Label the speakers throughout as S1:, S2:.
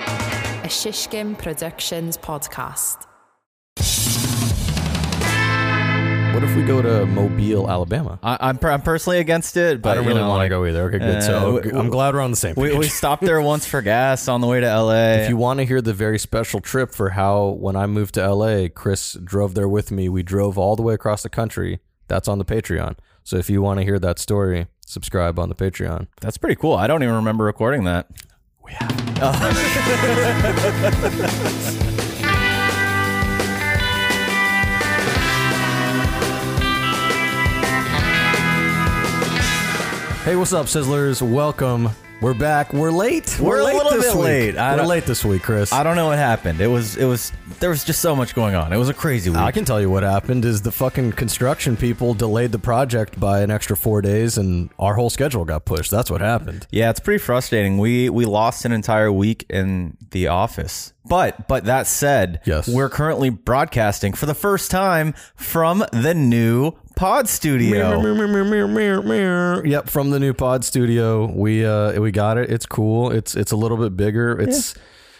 S1: a Shishkin Productions podcast.
S2: What if we go to Mobile, Alabama?
S3: I, I'm, per- I'm personally against it, but
S2: I don't
S3: you
S2: really
S3: know,
S2: want to
S3: like,
S2: go either. Okay, good.
S3: uh,
S2: so
S3: we-
S2: I'm glad we're on the same page.
S3: We, we stopped there once for gas on the way to LA.
S2: if you want to hear the very special trip for how when I moved to LA, Chris drove there with me. We drove all the way across the country. That's on the Patreon. So if you want to hear that story, subscribe on the Patreon.
S3: That's pretty cool. I don't even remember recording that.
S2: Hey, what's up, Sizzlers? Welcome. We're back. We're late.
S3: We're a
S2: late
S3: little
S2: this
S3: bit
S2: week.
S3: late. I
S2: We're
S3: don't-
S2: late this week, Chris.
S3: I don't know what happened. It was it was there was just so much going on. It was a crazy week.
S2: I can tell you what happened is the fucking construction people delayed the project by an extra four days, and our whole schedule got pushed. That's what happened.
S3: yeah, it's pretty frustrating. We we lost an entire week in the office. But but that said,
S2: Yes.
S3: we're currently broadcasting for the first time from the new pod studio.
S2: Yep, from the new pod studio, we uh, we got it. It's cool. It's it's a little bit bigger. It's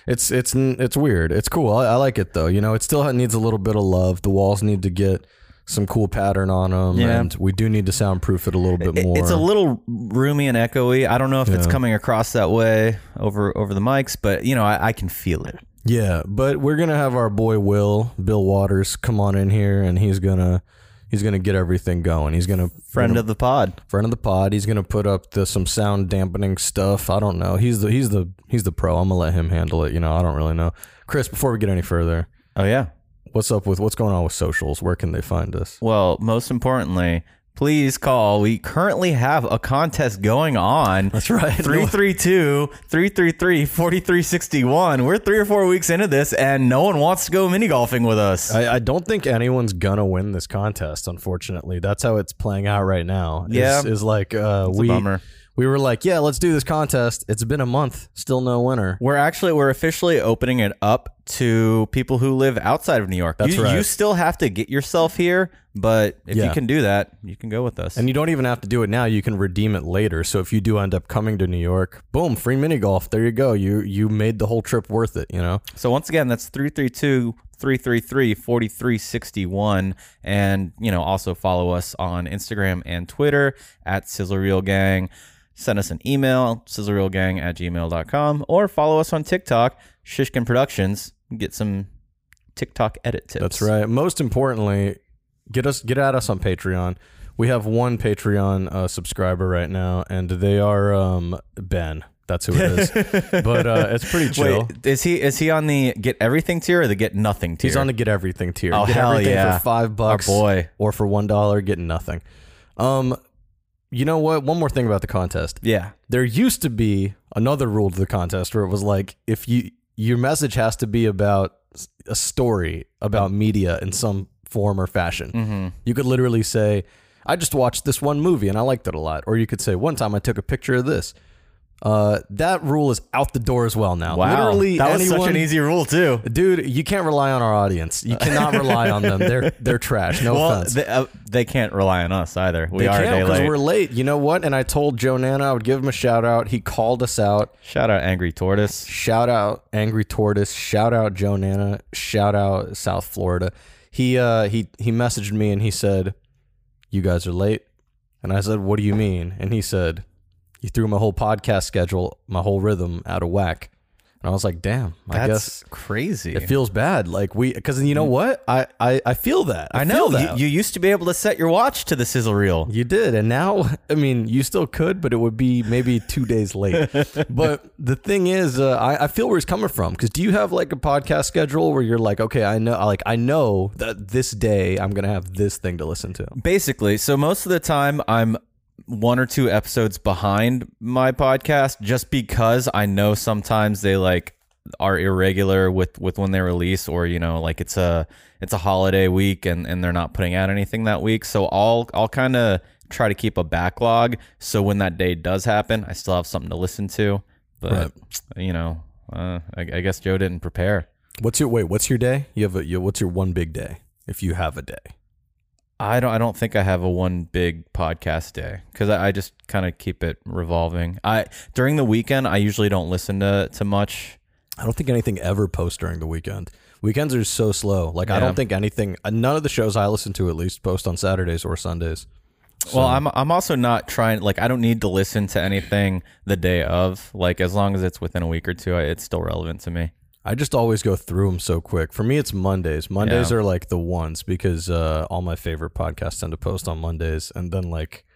S2: it's it's n- it's weird. It's cool. I, I like it though. You know, it still needs a little bit of love. The walls need to get some cool pattern on them,
S3: Yeah.
S2: and we do need to soundproof it a little bit
S3: It-
S2: more.
S3: It's a little roomy and echoey. I don't know if it's coming across that way over over the mics, but you know, I, I can feel it.
S2: Yeah, but we're gonna have our boy Will, Bill Waters, come on in here, and he's gonna he's gonna get everything going. He's gonna
S3: Friend of the pod.
S2: friend of the pod. He's gonna put up the, some sound dampening stuff. I don't know. He's the he's the he's the pro. I'm gonna let him handle it. You know, I don't really know. Chris, before we get any further,
S3: Oh yeah.
S2: what's up with what's going on with socials? Where can they find us?
S3: Well, most importantly, please call. We currently have a contest going on.
S2: That's right.
S3: 332 333 4361. We're three or four weeks into this, and no one wants to go mini golfing with us.
S2: I, I don't think anyone's gonna win this contest. Unfortunately, that's how it's playing out right now. is-
S3: Yeah.
S2: is, like uh, we
S3: bummer.
S2: we were like, yeah, let's do this contest. It's been a month, still no winner.
S3: We're actually we're officially opening it up to people who live outside of New York.
S2: That's
S3: you,
S2: right.
S3: you still have to get yourself here, but if
S2: Yeah.
S3: you can do that, you can go with us.
S2: And you don't even have to do it now. You can redeem it later. So if you do end up coming to New York, boom, free mini golf. There you go. You you made the whole trip worth it. You know.
S3: So once again, that's 332-333-4361. And, you know, also follow us on Instagram and Twitter at Sizzler Reel Gang. Send us an email, sizzlerreelgang at gmail.com, or follow us on TikTok, Shishkin Productions. Get some TikTok edit tips.
S2: That's right. Most importantly, get us get at us on Patreon. We have one Patreon uh, subscriber right now, and they are um, Ben. That's who it is. but uh, it's pretty chill.
S3: Wait, is he is he on the get everything tier or the get nothing tier?
S2: He's on the get everything tier.
S3: Oh,
S2: get
S3: hell
S2: everything
S3: yeah.
S2: for five bucks
S3: boy.
S2: or for one dollar, get nothing. Um, you know what? One more thing about the contest.
S3: yeah.
S2: there used to be another rule to the contest where it was like if you your message has to be about s- a story about media in some form or fashion.
S3: Mm-hmm.
S2: You could literally say, "I just watched this one movie and I liked it a lot," or you could say, "One time I took a picture of this." Uh, that rule is out the door as well now.
S3: Wow.
S2: Literally
S3: that was
S2: anyone,
S3: such an easy rule too.
S2: dude. You can't rely on our audience. You cannot rely on them. They're they're trash. No
S3: Well,
S2: offense.
S3: they, uh, they can't rely on us either. We
S2: They
S3: are a
S2: can't
S3: day late.
S2: we're late. You know what? And I told Joe Nana I would give him a shout out. He called us out.
S3: Shout out Angry Tortoise.
S2: Shout out Angry Tortoise. Shout out Joe Nana. Shout out South Florida. He uh he he messaged me and he said, "You guys are late," and I said, "What do you mean?" And he said, "You threw my whole podcast schedule, my whole rhythm out of whack." And I was like, "Damn, I guess
S3: crazy.
S2: it feels bad." Like we, because you know what? I I I feel that. I,
S3: I
S2: feel
S3: know
S2: that.
S3: you, you used to be able to set your watch to the sizzle reel.
S2: You did, and now I mean, you still could, but it would be maybe two days late. but the thing is, uh, I, I feel where he's coming from because do you have like a podcast schedule where you're like, okay, I know, like I know that this day I'm gonna have this thing to listen to.
S3: Basically, so most of the time I'm one or two episodes behind my podcast just because I know sometimes they like are irregular with with when they release or you know like it's a it's a holiday week and and they're not putting out anything that week so I'll I'll kind of try to keep a backlog so when that day does happen I still have something to listen to but
S2: Right.
S3: you know uh, I, I guess Joe didn't prepare
S2: What's your wait? What's your day? You have a you, what's your one big day if you have a day?
S3: I don't. I don't think I have a one big podcast day because I, I just kind of keep it revolving. I during the weekend I usually don't listen to to much.
S2: I don't think anything ever posts during the weekend. Weekends are so slow. Like I
S3: Yeah.
S2: don't think anything. uh, None of the shows I listen to at least post on Saturdays or Sundays.
S3: Well, I'm I'm also not trying like I don't need to listen to anything the day of. Like as long as it's within a week or two, I, it's still relevant to me.
S2: I just always go through them so quick. For me, it's Mondays. Mondays
S3: Yeah.
S2: are like the ones because uh, all my favorite podcasts tend to post on Mondays, and then like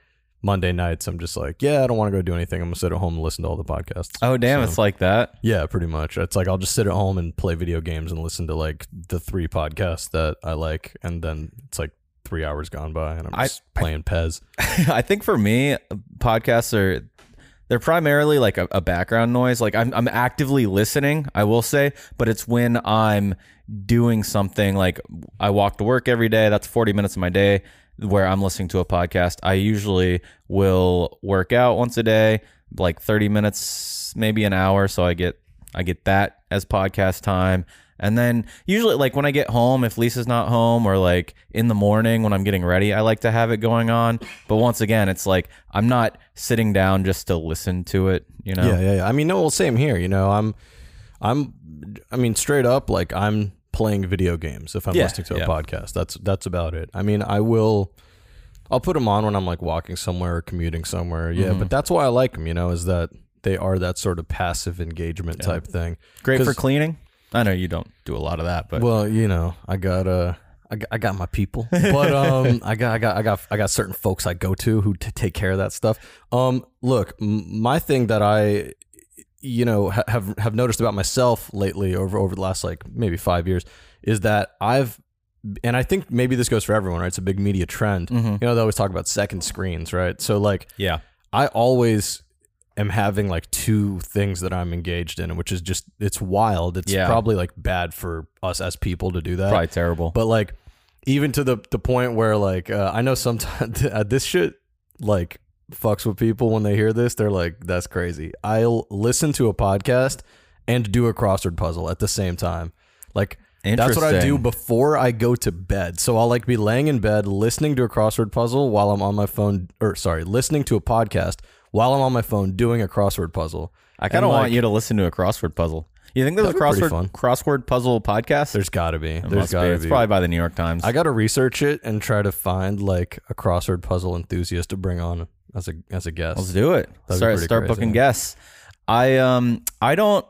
S2: Monday nights, I'm just like, yeah, I don't want to go do anything. I'm gonna sit at home and listen to all the podcasts.
S3: Oh damn,
S2: So-
S3: it's like that.
S2: yeah, pretty much. It's like I'll just sit at home and play video games and listen to like the three podcasts that I like, and then it's like three hours gone by, and I'm
S3: I-
S2: just playing Pez.
S3: I think for me, podcasts are they're primarily like a, a background noise. Like I'm I'm actively listening, I will say, but it's when I'm doing something like I walk to work every day. That's 40 minutes of my day where I'm listening to a podcast. I usually will work out once a day, like 30 minutes, maybe an hour, so I get I get that as podcast time. And then usually like when I get home, if Lisa's not home or like in the morning when I'm getting ready, I like to have it going on. But once again, it's like I'm not sitting down just to listen to it, you know.
S2: Yeah, yeah, yeah. I mean, no, well, same here. You know, I'm, I'm, I mean, straight up, like I'm playing video games if I'm
S3: Yeah,
S2: listening to a
S3: yeah.
S2: podcast. That's that's about it. I mean, I will, I'll put them on when I'm like walking somewhere or commuting somewhere. Yeah,
S3: Mm-hmm.
S2: but that's why I like them. You know, is that they are that sort of passive engagement type thing.
S3: Great for
S2: 'Cause-
S3: cleaning. I know you don't do a lot of that, but
S2: Well, you know, I got uh, I got, I got my people, but um, I got I got I got I got certain folks I go to who t- take care of that stuff. Um, look, m- my thing that I, you know, ha- have have noticed about myself lately over over the last like maybe five years is that I've and I think maybe this goes for everyone, right? It's a big media trend. You know, they always talk about second screens, right? So like,
S3: yeah.
S2: I always am having like two things that I'm engaged in, which is just it's wild. It's
S3: Yeah.
S2: probably like bad for us as people to do that.
S3: Probably terrible.
S2: uh, But like even to the the point where like uh, I know sometimes uh, this shit like fucks with people when they hear this. They're like, "That's crazy." I'll listen to a podcast and do a crossword puzzle at the same time. Like that's what I do
S3: Interesting.
S2: before I go to bed. So I'll like be laying in bed listening to a crossword puzzle while I'm on my phone or sorry, listening to a podcast while I'm on my phone doing a crossword puzzle.
S3: I kind of
S2: And,
S3: want
S2: like,
S3: you to listen to a crossword puzzle. You think there's a
S2: That'd be pretty
S3: crossword crossword puzzle podcast?
S2: There's got to be.
S3: It
S2: There's
S3: must be.
S2: got to
S3: It's
S2: be.
S3: probably by the New York Times.
S2: I got to research it and try to find like a crossword puzzle enthusiast to bring on as a as a guest.
S3: Let's do it.
S2: be
S3: start
S2: pretty
S3: start
S2: crazy.
S3: booking guests. I um I don't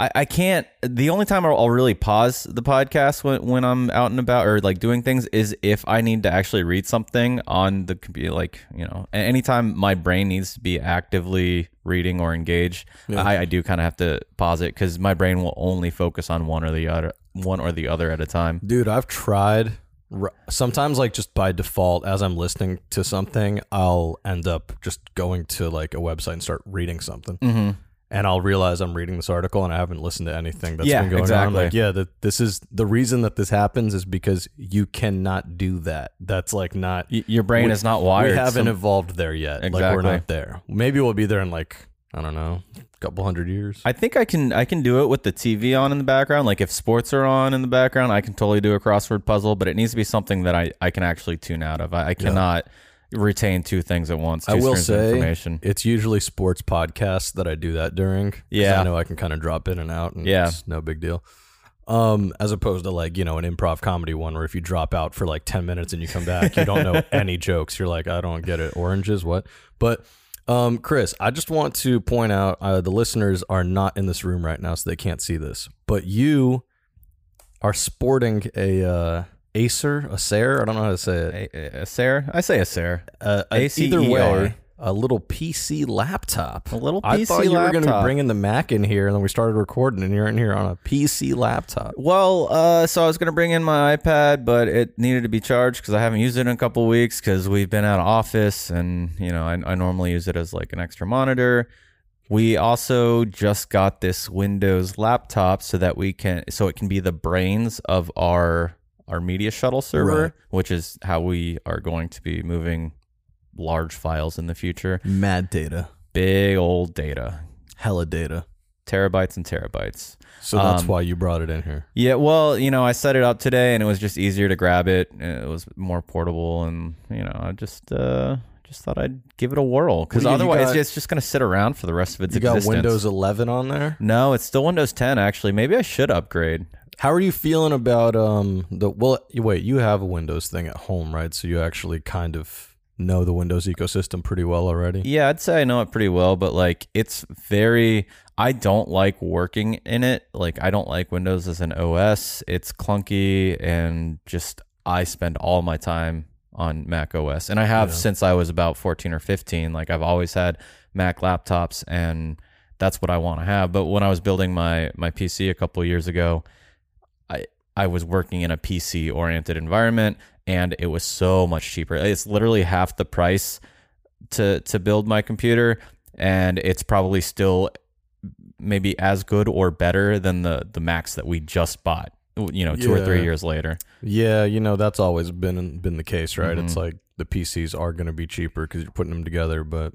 S3: I, I can't the only time I'll, I'll really pause the podcast when, when I'm out and about or like doing things is if I need to actually read something on the computer like you know a- anytime my brain needs to be actively reading or engaged I, I do kind of have to pause it because my brain will only focus on one or the other one or the other at a time
S2: Dude, I've tried. r- Sometimes, like just by default, as I'm listening to something, I'll end up just going to like a website and start reading something,
S3: Mm-hmm.
S2: and I'll realize I'm reading this article and I haven't listened to anything that's
S3: Yeah,
S2: been going on.
S3: exactly.
S2: Like, yeah, that this is the reason that this happens is because you cannot do that. That's like not
S3: Y- your brain
S2: We-
S3: is not wired
S2: we haven't
S3: Some-
S2: evolved there yet. Like we're
S3: Exactly.
S2: not there. Maybe we'll be there in like I don't know, a couple hundred years.
S3: I think I can I can do it with the TV on in the background. Like if sports are on in the background, I can totally do a crossword puzzle, but it needs to be something that I, I can actually tune out of. I, I cannot retain two things at once. Two
S2: I will
S3: streams of
S2: say
S3: information.
S2: it's usually sports podcasts that I do that during. 'cause
S3: Yeah.
S2: I know I can kind of drop in and out, and
S3: Yeah.
S2: it's no big deal. Um, as opposed to like you know an improv comedy one where if you drop out for like ten minutes and you come back, you don't know any jokes. You're like, I don't get it. Oranges, what? But um, Chris, I just want to point out uh, the listeners are not in this room right now, so they can't see this. But you are sporting a uh, Acer, a Sair. I don't know how to say it
S3: A, a, a Sarah? I say a E Sarah.
S2: uh, a-
S3: ACER.
S2: either way, a little PC laptop. A
S3: little
S2: I thought
S3: PC
S2: you were to be
S3: laptop.
S2: bringing the Mac in here, and then we started recording, and you're in here on a PC laptop.
S3: Well, uh, so I was gonna bring in my iPad, but it needed to be charged because I haven't used it in a couple weeks because we've been out of office, and you know I, I normally use it as like an extra monitor. We also just got this Windows laptop so that we can so it can be the brains of our our media shuttle server,
S2: Right.
S3: which is how we are going to be moving large files in the future.
S2: Mad data,
S3: Big old data,
S2: hella data.
S3: terabytes and terabytes.
S2: So that's
S3: Um,
S2: why you brought it in here.
S3: Yeah, well, you know, I set it up today, and it was just easier to grab it. and It was more portable, and you know, I just uh, just thought I'd give it a whirl because
S2: Well, yeah, you
S3: otherwise
S2: got-
S3: it's just going to sit around for the rest of its
S2: You got
S3: existence.
S2: Windows 11 on there.
S3: No, it's still Windows 10. Actually, maybe I should upgrade.
S2: How are you feeling about um the well you- wait, you have a Windows thing at home, right? So you actually kind of know the Windows ecosystem pretty well already.
S3: Yeah, I'd say I know it pretty well, but like it's very I don't like working in it. Like I don't like Windows as an OS. It's clunky and just I spend all my time on Mac OS. And I have
S2: Yeah.
S3: since I was about 14 or 15. Like I've always had Mac laptops and that's what I want to have. But when I was building my my PC a couple years ago, I I was working in a PC oriented environment and it was so much cheaper. It's literally half the price to to build my computer and it's probably still maybe as good or better than the the Macs that we just bought, you know, 2 or 3
S2: Yeah.
S3: years later.
S2: Yeah, you know that's always been been the case, right? It's
S3: Mm-hmm.
S2: like the PCs are going to be cheaper because you're putting them together, but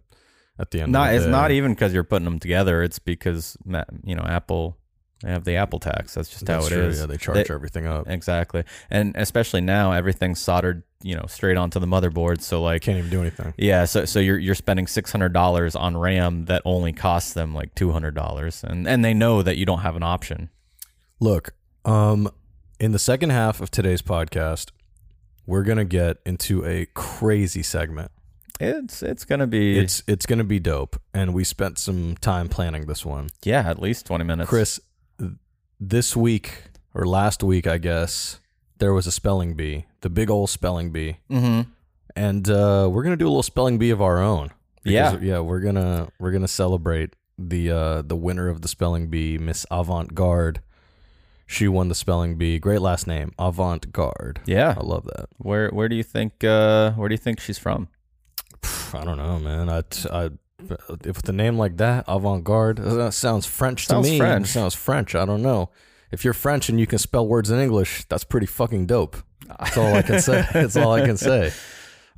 S2: at the end, of
S3: Not
S2: the
S3: it's
S2: day-
S3: not even cuz you're putting them together, it's because Ma- you know, Apple they have the Apple tax. That's just
S2: That's
S3: how it is.
S2: true, Yeah, they charge everything up.
S3: Exactly. And especially now everything's soldered, you know, straight onto the motherboard, so like
S2: Can't even do anything.
S3: Yeah, so so you're you're spending six hundred dollars on RAM that only costs them like two hundred dollars, and and they know that you don't have an option.
S2: Look, um, in the second half of today's podcast, we're gonna get into a crazy segment.
S3: It's it's gonna be
S2: It's it's gonna be dope, and we spent some time planning this one.
S3: yeah at least twenty minutes.
S2: Chris, th- this week or last week, I guess there was a spelling bee, the big old spelling bee,
S3: Mhm.
S2: and uh, we're gonna do a little spelling bee of our own.
S3: Yeah.
S2: yeah, we're gonna we're gonna celebrate the uh, the winner of the spelling bee, Miss Avant Garde. She won the spelling bee. Great last name, Avant Garde.
S3: yeah.
S2: I love that.
S3: Where where do you think uh where do you think she's from?
S2: Pff, I don't know, man. I, t- I if with a name like that, avant garde, that sounds French
S3: Sounds
S2: to me.
S3: French.
S2: It sounds French. I don't know. If you're French and you can spell words in English, that's pretty fucking dope. That's all I can say. That's all I can say.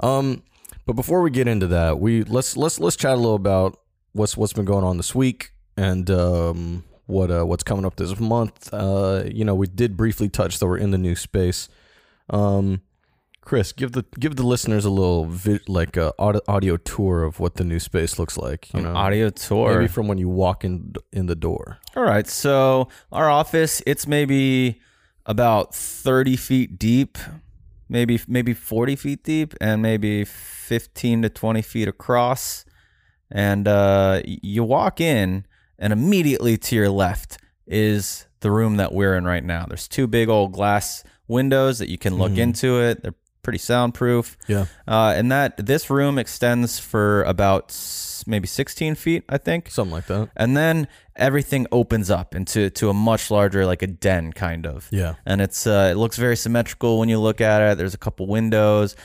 S2: Um, but before we get into that, we let's let's let's chat a little about what's what's been going on this week and um what uh what's coming up this month. Uh, you know, we did briefly touch that we're in the new space. Um, Chris, give the give the listeners a little vi- like a audio, audio tour of what the new space looks like. You
S3: An
S2: know,
S3: audio tour.
S2: maybe from when you walk in in the door.
S3: All right. So our office, it's maybe about 30 feet deep, maybe maybe 40 feet deep, and maybe 15 to 20 feet across. And uh, y- you walk in, and immediately to your left is the room that we're in right now. There's two big old glass windows that you can look into it. They're pretty soundproof.
S2: Yeah.
S3: Uh, and that this room extends for about s- maybe 16 feet, I think.
S2: Something like that.
S3: And then everything opens up into to a much larger, like a den kind of.
S2: Yeah.
S3: And it's uh, it looks very symmetrical when you look at it. There's a couple windows,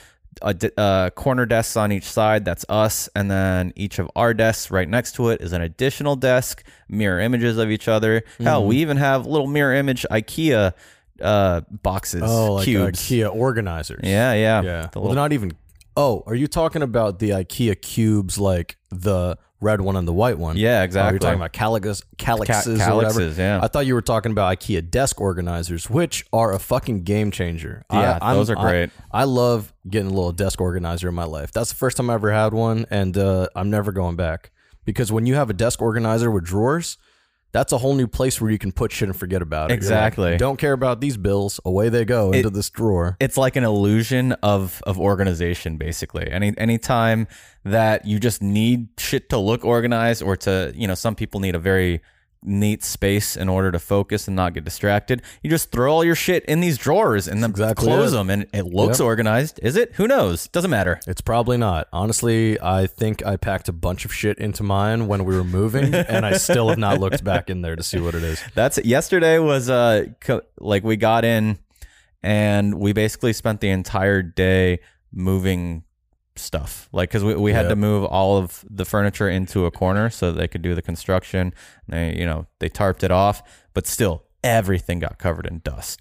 S3: a d- uh, corner desks on each side. That's us. And then each of our desks right next to it is an additional desk, mirror images of each other. Hell,
S2: Mm-hmm.
S3: we even have little mirror image IKEA uh, boxes,
S2: Oh, like
S3: cubes.
S2: IKEA organizers.
S3: Yeah,
S2: Yeah.
S3: yeah, The
S2: well,
S3: little-
S2: they're not even. Oh, are you talking about the IKEA cubes, like the red one and the white one?
S3: yeah,
S2: Oh,
S3: exactly.
S2: you're talking about calyx, calyxes,
S3: Ca-
S2: or whatever.
S3: calyxes, yeah.
S2: I thought you were talking about IKEA desk organizers, which are a fucking game changer.
S3: Yeah,
S2: I, I'm-
S3: those are
S2: I-
S3: great.
S2: I, love getting a little desk organizer in my life. That's the first time I ever had one, and uh, I'm never going back because when you have a desk organizer with drawers. That's a whole new place where you can put shit and forget about it. You're like,
S3: Exactly.
S2: Don't care about these bills. Away they go into this drawer.
S3: it's like an illusion of of organization basically any anytime that you just need shit to look organized or to you know some people need a very neat space in order to focus and not get distracted you just throw all your shit in these drawers and then
S2: exactly
S3: close
S2: it.
S3: them and it looks organized is it who knows doesn't matter
S2: It's probably not. Honestly, I think I packed a bunch of shit into mine when we were moving, and I still have not looked back in there to see what it is.
S3: That's yesterday was uh co- like we got in and we basically spent the entire day moving stuff like because we, we had to move all of the furniture into a corner so they could do the construction they you know they tarped it off but still everything got covered in dust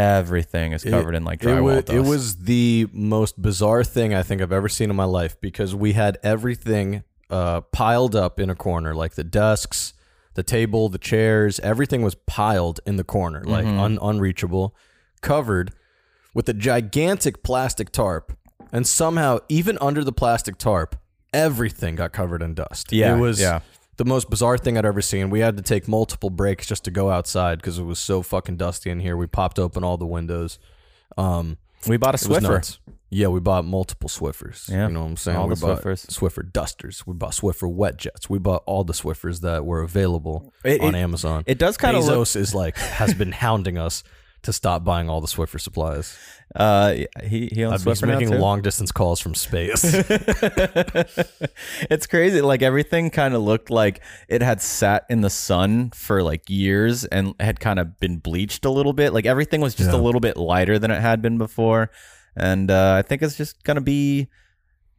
S3: everything is covered in like
S2: It
S3: drywall
S2: wa-
S3: dust
S2: it was the most bizarre thing I think I've ever seen in my life because we had everything uh, piled up in a corner, like the desks, the table, the chairs, everything was piled in the corner,
S3: Mm-hmm.
S2: like un- unreachable, covered with a gigantic plastic tarp and somehow, even under the plastic tarp, everything got covered in dust.
S3: Yeah,
S2: it was
S3: yeah.
S2: the most bizarre thing I'd ever seen. We had to take multiple breaks just to go outside because it was so fucking dusty in here. We popped open all the windows. Um,
S3: We bought a
S2: it was
S3: Swiffer.
S2: nuts. Yeah, we bought multiple Swiffers.
S3: Yeah,
S2: you know what I'm saying.
S3: all
S2: we
S3: the
S2: bought
S3: Swiffers.
S2: Swiffer dusters. We bought Swiffer wet jets. We bought all the Swiffers that were available
S3: It-
S2: on
S3: it-
S2: Amazon.
S3: It does kind of
S2: Bezos
S3: look
S2: is like has been hounding us to stop buying all the Swiffer supplies.
S3: Uh, he he owns
S2: He's
S3: Swiffer now
S2: making
S3: too.
S2: long distance calls from space.
S3: it's crazy. Like everything kind of looked like it had sat in the sun for like years and had kind of been bleached a little bit. Like everything was just a little bit lighter than it had been before. And uh, I think it's just gonna be,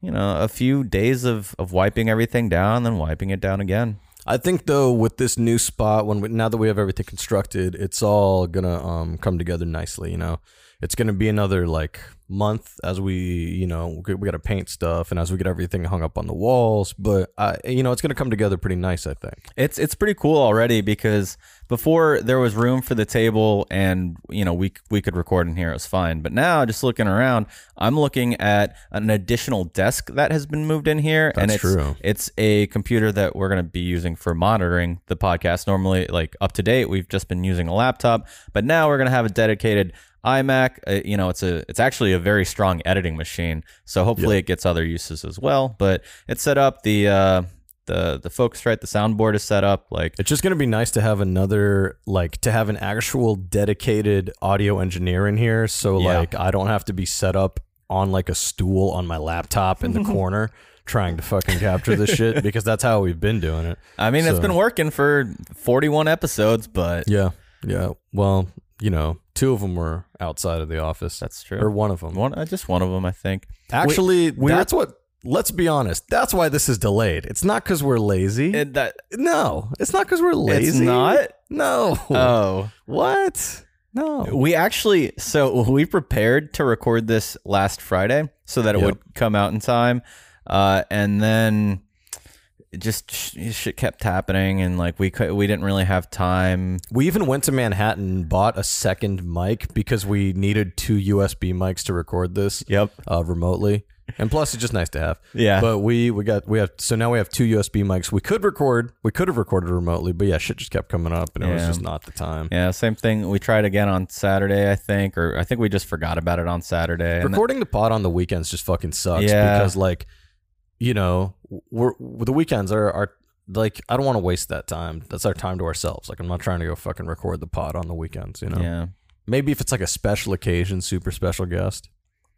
S3: you know, a few days of of wiping everything down, then wiping it down again.
S2: I think though, with this new spot, when we, now that we have everything constructed, it's all gonna um, come together nicely. You know, it's gonna be another like month as we, you know, we, we gotta paint stuff and as we get everything hung up on the walls. But I, you know, it's gonna come together pretty nice. I think.
S3: It's it's pretty cool already because before there was room for the table and you know we we could record in here it was fine but now just looking around I'm looking at an additional desk that has been moved in here and it's
S2: That's true.
S3: it's a computer that we're going to be using for monitoring the podcast normally like up to date we've just been using a laptop but now we're going to have a dedicated iMac uh, you know it's a it's actually a very strong editing machine so hopefully it gets other uses as well but it's set up the uh the the Focusrite the soundboard is set up like
S2: It's just gonna be nice to have another like to have an actual dedicated audio engineer in here, so
S3: Yeah.
S2: like I don't have to be set up on like a stool on my laptop in the corner trying to fucking capture this shit because that's how we've been doing it.
S3: I mean, it's
S2: So-
S3: been working for 41 episodes, but
S2: Yeah, yeah. Well, you know, two of them were outside of the office.
S3: that's true.
S2: or one of them.
S3: one, uh, just one of them, I think.
S2: Actually,
S3: we were-
S2: that's what. Let's be honest. That's why this is delayed. It's not because we're lazy.
S3: It, that
S2: no, it's not because we're lazy.
S3: it's not.
S2: No.
S3: Oh,
S2: what? No.
S3: we actually so we prepared to record this last Friday so that it
S2: Yep.
S3: would come out in time, uh, and then it just sh- shit kept happening, and like we cou- we didn't really have time.
S2: We even went to Manhattan and bought a second mic because we needed two USB mics to record this.
S3: Yep.
S2: uh, remotely. And plus, it's just nice to have.
S3: Yeah.
S2: But we we got we have so now we have two USB mics. We could record. We could have recorded remotely, but yeah, shit just kept coming up, and it was
S3: Yeah.
S2: just not the time.
S3: Yeah, same thing. We tried again on Saturday, I think, or I think we just forgot about it on Saturday. and
S2: Recording the pod on the weekends just fucking sucks
S3: Yeah.
S2: because like, you know, we're the weekends are are like I don't want to waste that time. That's our time to ourselves. Like I'm not trying to go fucking record the pod on the weekends. You know,
S3: yeah.
S2: maybe if it's like a special occasion, super special guest,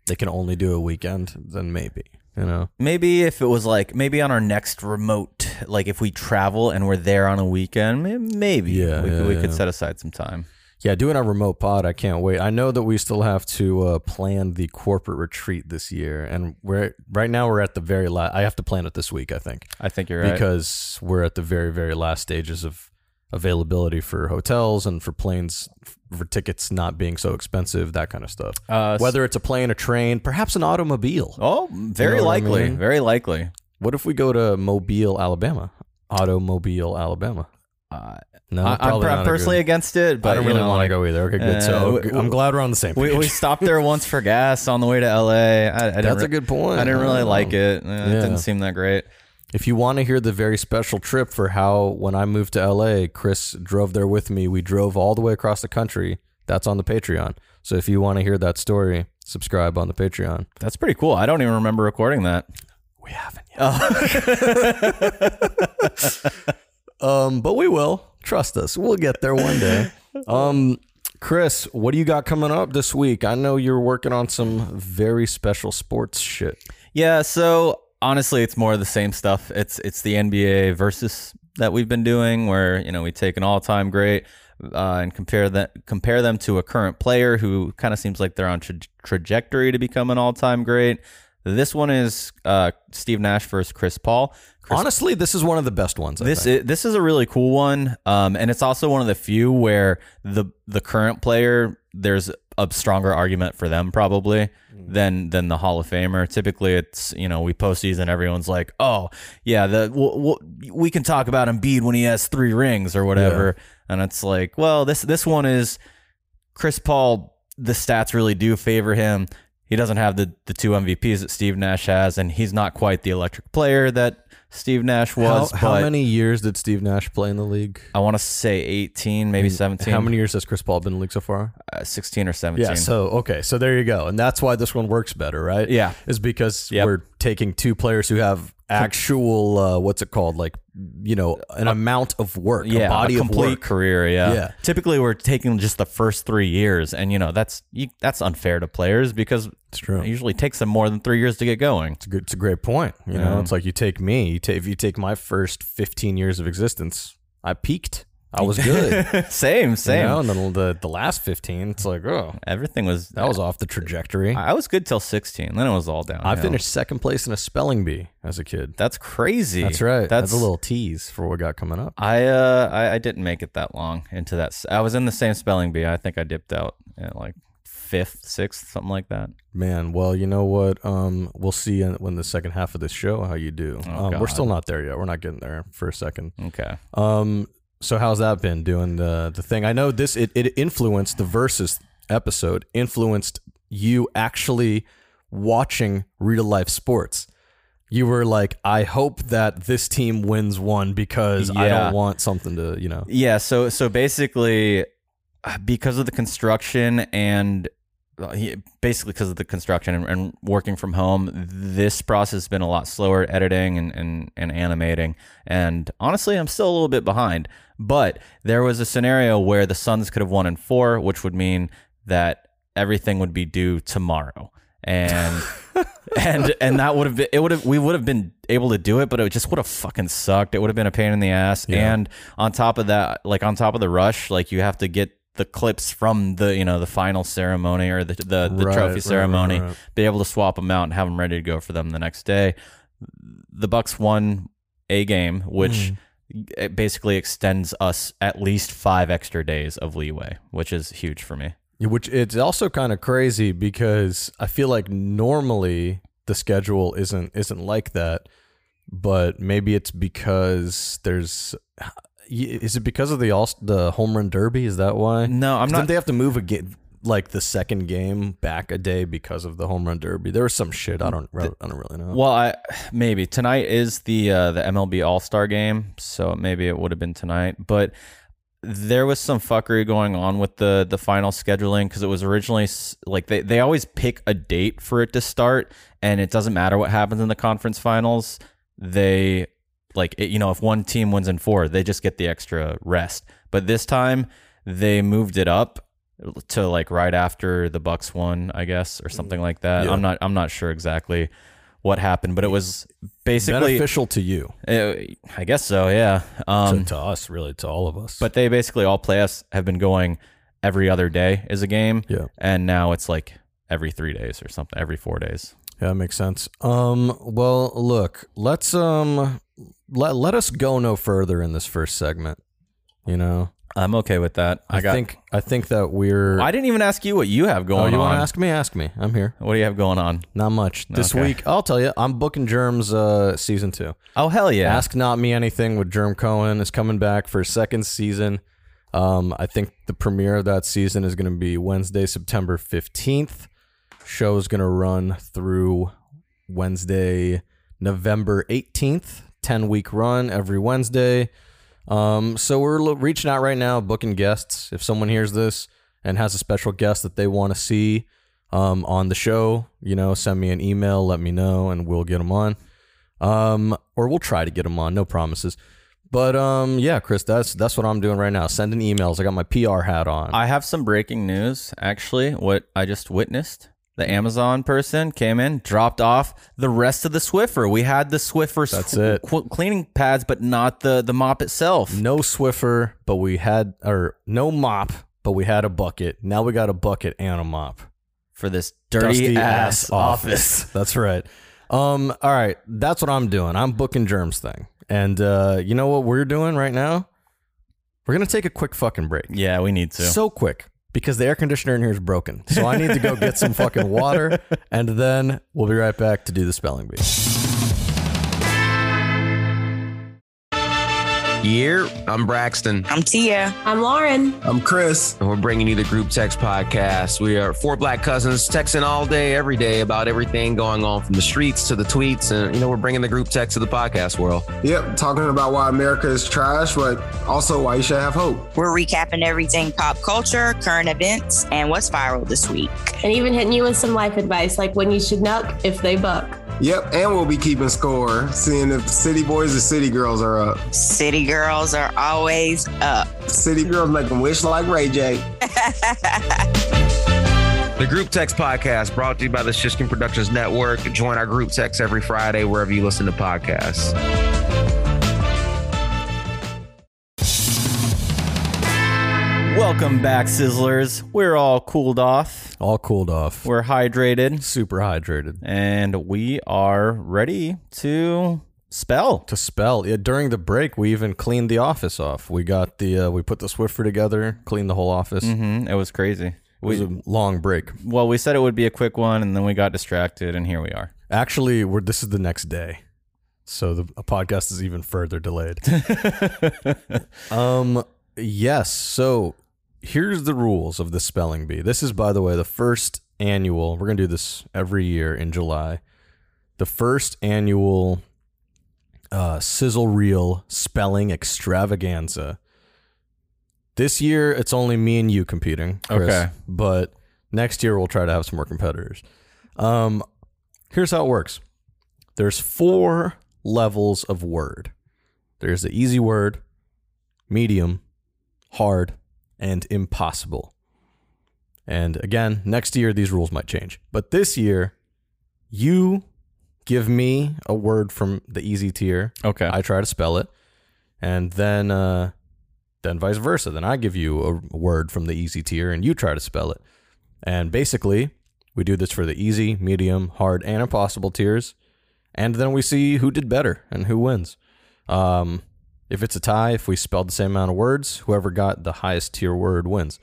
S2: they can only do a weekend. Then maybe you know.
S3: Maybe if it was like maybe on our next remote, like if we travel and we're there on a weekend, may- maybe
S2: Yeah,
S3: we, could-
S2: yeah,
S3: we
S2: yeah.
S3: could set aside some time.
S2: Yeah, doing our remote pod, I can't wait. I know that we still have to uh, plan the corporate retreat this year, and we're right now we're at the very last. I have to plan it this week, I think,
S3: I think you're right.
S2: because we're at the very very last stages of availability for hotels and for planes for tickets not being so expensive, that kind of stuff.
S3: Uh, Whether
S2: Whether it's a plane, a train, perhaps an automobile.
S3: oh,
S2: You
S3: very
S2: know what I
S3: likely,
S2: mean?
S3: very likely.
S2: What if we go to Mobile, Alabama? Automobile, Alabama.
S3: Uh,
S2: No,
S3: I, I'm
S2: probably
S3: per-
S2: not a
S3: personally
S2: good-
S3: against it, but
S2: I don't
S3: you
S2: really
S3: know,
S2: want to
S3: like,
S2: go either. Okay, good.
S3: uh,
S2: so
S3: we-
S2: I'm glad we're on the same.
S3: We,
S2: page.
S3: we stopped there once for gas on the way to LA. I, I didn't
S2: That's
S3: re-
S2: a good point.
S3: I didn't really
S2: don't
S3: like
S2: know.
S3: it. Uh, It
S2: Yeah.
S3: didn't seem that great.
S2: If you want to hear the very special trip for how when I moved to LA, Chris drove there with me. We drove all the way across the country. That's on the Patreon. So if you want to hear that story, subscribe on the Patreon.
S3: That's pretty cool. I don't even remember recording that.
S2: We haven't yet. um, but we will. Trust us. We'll get there one day. Um, Chris, what do you got coming up this week? I know you're working on some very special sports shit.
S3: Yeah, so honestly, it's more of the same stuff. It's it's the NBA versus that we've been doing, where you know we take an all-time great uh, and compare that compare them to a current player who kind of seems like they're on tra- trajectory to become an all-time great. This one is uh, Steve Nash versus Chris Paul. Chris
S2: Honestly, this is one of the best ones. I
S3: this is, this is a really cool one, um, and it's also one of the few where the the current player there's a stronger argument for them probably
S2: Hmm.
S3: than than the Hall of Famer. Typically, it's you know we postseason everyone's like, oh yeah, the we'll, we'll, we can talk about Embiid when he has three rings or whatever, and it's like, well this this one is Chris Paul, the stats really do favor him. He- he doesn't have the the two MVPs that Steve Nash has, and he's not quite the electric player that Steve Nash was.
S2: how, how
S3: but
S2: many years did Steve Nash play in the league?
S3: I want to say 18, maybe 17.
S2: How many years has Chris Paul been in the league so far?
S3: Uh, 16 or 17.
S2: Yeah. So okay. So there you go, and that's why this one works better, right?
S3: Yeah.
S2: Is because
S3: Yep.
S2: we're taking two players who have actual uh, what's it called? Like you know, an amount of work,
S3: yeah,
S2: a body
S3: complete
S2: of work.
S3: career. Yeah.
S2: Yeah.
S3: Typically, we're taking just the first three years, and you know that's you, that's unfair to players because
S2: It's true.
S3: it usually takes them more than three years to get going.
S2: It's a, good, it's a great point. You know, it's like you take me. You take if you take my first fifteen years of existence, I peaked. I was good.
S3: same,
S2: you
S3: same.
S2: know? and then the the last fifteen, it's like oh,
S3: Everything was.
S2: that was off the trajectory. I,
S3: I was good till 16. Then it was all down.
S2: finished second place in a spelling bee as a kid.
S3: That's crazy.
S2: That's right. That's,
S3: That's,
S2: a little tease for what we got coming up.
S3: I uh I, I didn't make it that long into that. s- I was in the same spelling bee. I think I dipped out at like fifth, sixth, something like that.
S2: Man, well, you know what? Um, we'll see in, when the second half of this show how you do. um, we're
S3: God.
S2: still not there yet. We're not getting there for a second.
S3: Okay.
S2: Um, so how's that been doing the the thing? I know this it, it influenced the versus episode influenced you actually watching real life sports. You were like, I hope that this team wins one because I
S3: Yeah.
S2: don't want something to you know.
S3: Yeah. So so basically, uh, because of the construction and well, he- basically because of the construction and, and working from home, this process has been a lot slower editing and, and, and animating. And honestly, I'm still a little bit behind. But there was a scenario where the Suns could have won in four, which would mean that everything would be due tomorrow. And and and that would have been it would have we would have been able to do it, but it just would have fucking sucked. It would have been a pain in the ass. And on top of that, like on top of the rush, like you have to get the clips from the you know the final ceremony or the the, the
S2: Right,
S3: trophy
S2: right,
S3: ceremony,
S2: right, right.
S3: be able to swap them out and have them ready to go for them the next day. The Bucks won a game, which
S2: Mm.
S3: it basically extends us at least five extra days of leeway, which is huge for me.
S2: Yeah, Which it's also kind of crazy because I feel like normally the schedule isn't isn't like that, but maybe it's because there's is it because of the all the home run derby? Is that why?
S3: No, I'm
S2: 'Cause
S3: not.
S2: Didn't they have to move a ga- like the second game back a day because of the home run derby? There was some shit I don't re- I don't really know.
S3: Well, I maybe tonight is the uh, the MLB All Star Game, so maybe it would have been tonight. But there was some fuckery going on with the the final scheduling because it was originally s- like they they always pick a date for it to start, and it doesn't matter what happens in the conference finals. They like it, you know if one team wins in four, they just get the extra rest. But this time they moved it up to like right after the Bucks won, I guess, or something like that.
S2: Mm. Yeah.
S3: I'm not I'm not sure exactly what happened, but it was basically
S2: Beneficial to you,
S3: Uh, I guess so, yeah. Um,
S2: to, to us, really, to all of us.
S3: but they basically all playoffs have been going every other day is a game,
S2: yeah.
S3: and now it's like every three days or something, every four days.
S2: Yeah, that makes sense. Um, well, look, let's um, let let us go no further in this first segment. You know,
S3: I'm okay with that. I,
S2: I,
S3: got.
S2: think I think that we're.
S3: I didn't even ask you what you have
S2: oh,
S3: going
S2: you want
S3: on.
S2: to ask me? Ask me. I'm here.
S3: what do you have going on?
S2: Not much this
S3: Okay.
S2: week. I'll tell you. I'm booking Germs uh season two.
S3: Oh hell yeah!
S2: Ask not me anything with Germ Cohen is coming back for a second season. Um, I think the premiere of that season is going to be Wednesday, September fifteenth. Show is going to run through Wednesday, November eighteenth. Ten week run every Wednesday. Um, so we're lo- reaching out right now, booking guests. If someone hears this and has a special guest that they want to see um, on the show, you know, send me an email, let me know, and we'll get them on. Um, or we'll try to get them on. No promises. But um, yeah, Chris, that's that's what I'm doing right now. Sending emails. I got my PR hat on.
S3: I have some breaking news. Actually, what I just witnessed. The Amazon person came in, dropped off the rest of the Swiffer. We had the Swiffer
S2: That's
S3: sw-
S2: it.
S3: qu- cleaning pads, but not the the mop itself.
S2: no Swiffer, but we had or no mop, but we had a bucket. Now we got a bucket and a mop.
S3: for this dirty, ass, office.
S2: That's right. Um, all right, that's what I'm doing. I'm booking germs thing, and uh, you know what we're doing right now? We're gonna take a quick fucking break.
S3: Yeah, we need to.
S2: So quick because the air conditioner in here is broken. So I need to go get some fucking water, and then we'll be right back to do the spelling bee.
S4: year. I'm Braxton.
S5: I'm Tia.
S6: I'm Lauren.
S7: I'm Chris.
S4: And we're bringing you the Group Text Podcast. We are four black cousins texting all day, every day about everything going on from the streets to the tweets. And, you know, we're bringing the group text to the podcast world.
S7: Yep, talking about why America is trash, but also why you should have hope.
S5: We're recapping everything pop culture, current events, and what's viral this week.
S6: And even hitting you with some life advice like when you should nuck if they buck.
S7: Yep, and we'll be keeping score, seeing if city boys or city girls are up.
S5: City girls are always up.
S7: City girls making wish like Ray J.
S4: The Group Text Podcast brought to you by the Shishkin Productions Network. Join our group text every Friday wherever you listen to podcasts.
S3: Welcome back, Sizzlers. We're all cooled off.
S2: All cooled off.
S3: We're hydrated,
S2: super hydrated.
S3: and we are ready to spell.
S2: To spell. Yeah, during the break, we even cleaned the office off. We got the, uh, we put the Swiffer together, cleaned the whole office.
S3: Mm-hmm. It was crazy.
S2: It was a long break.
S3: Well, we said it would be a quick one, and then we got distracted, and here we are.
S2: Actually, we're, this is the next day. So the a podcast is even further delayed. um, yes. So here's the rules of the spelling bee. This is, by the way, the first annual. We're going to do this every year in July. The first annual uh, sizzle reel spelling extravaganza. This year, it's only me and you competing. Chris,
S3: Okay.
S2: But next year, we'll try to have some more competitors. Um, here's how it works there's four levels of word there's the easy word, medium, hard, and impossible. And again, next year these rules might change. But this year, you give me a word from the easy tier.
S3: Okay.
S2: I try to spell it, and then uh, then vice versa. Then I give you a word from the easy tier, and you try to spell it. And basically, we do this for the easy, medium, hard, and impossible tiers, and then we see who did better and who wins. Um, if it's a tie, if we spelled the same amount of words, whoever got the highest tier word wins.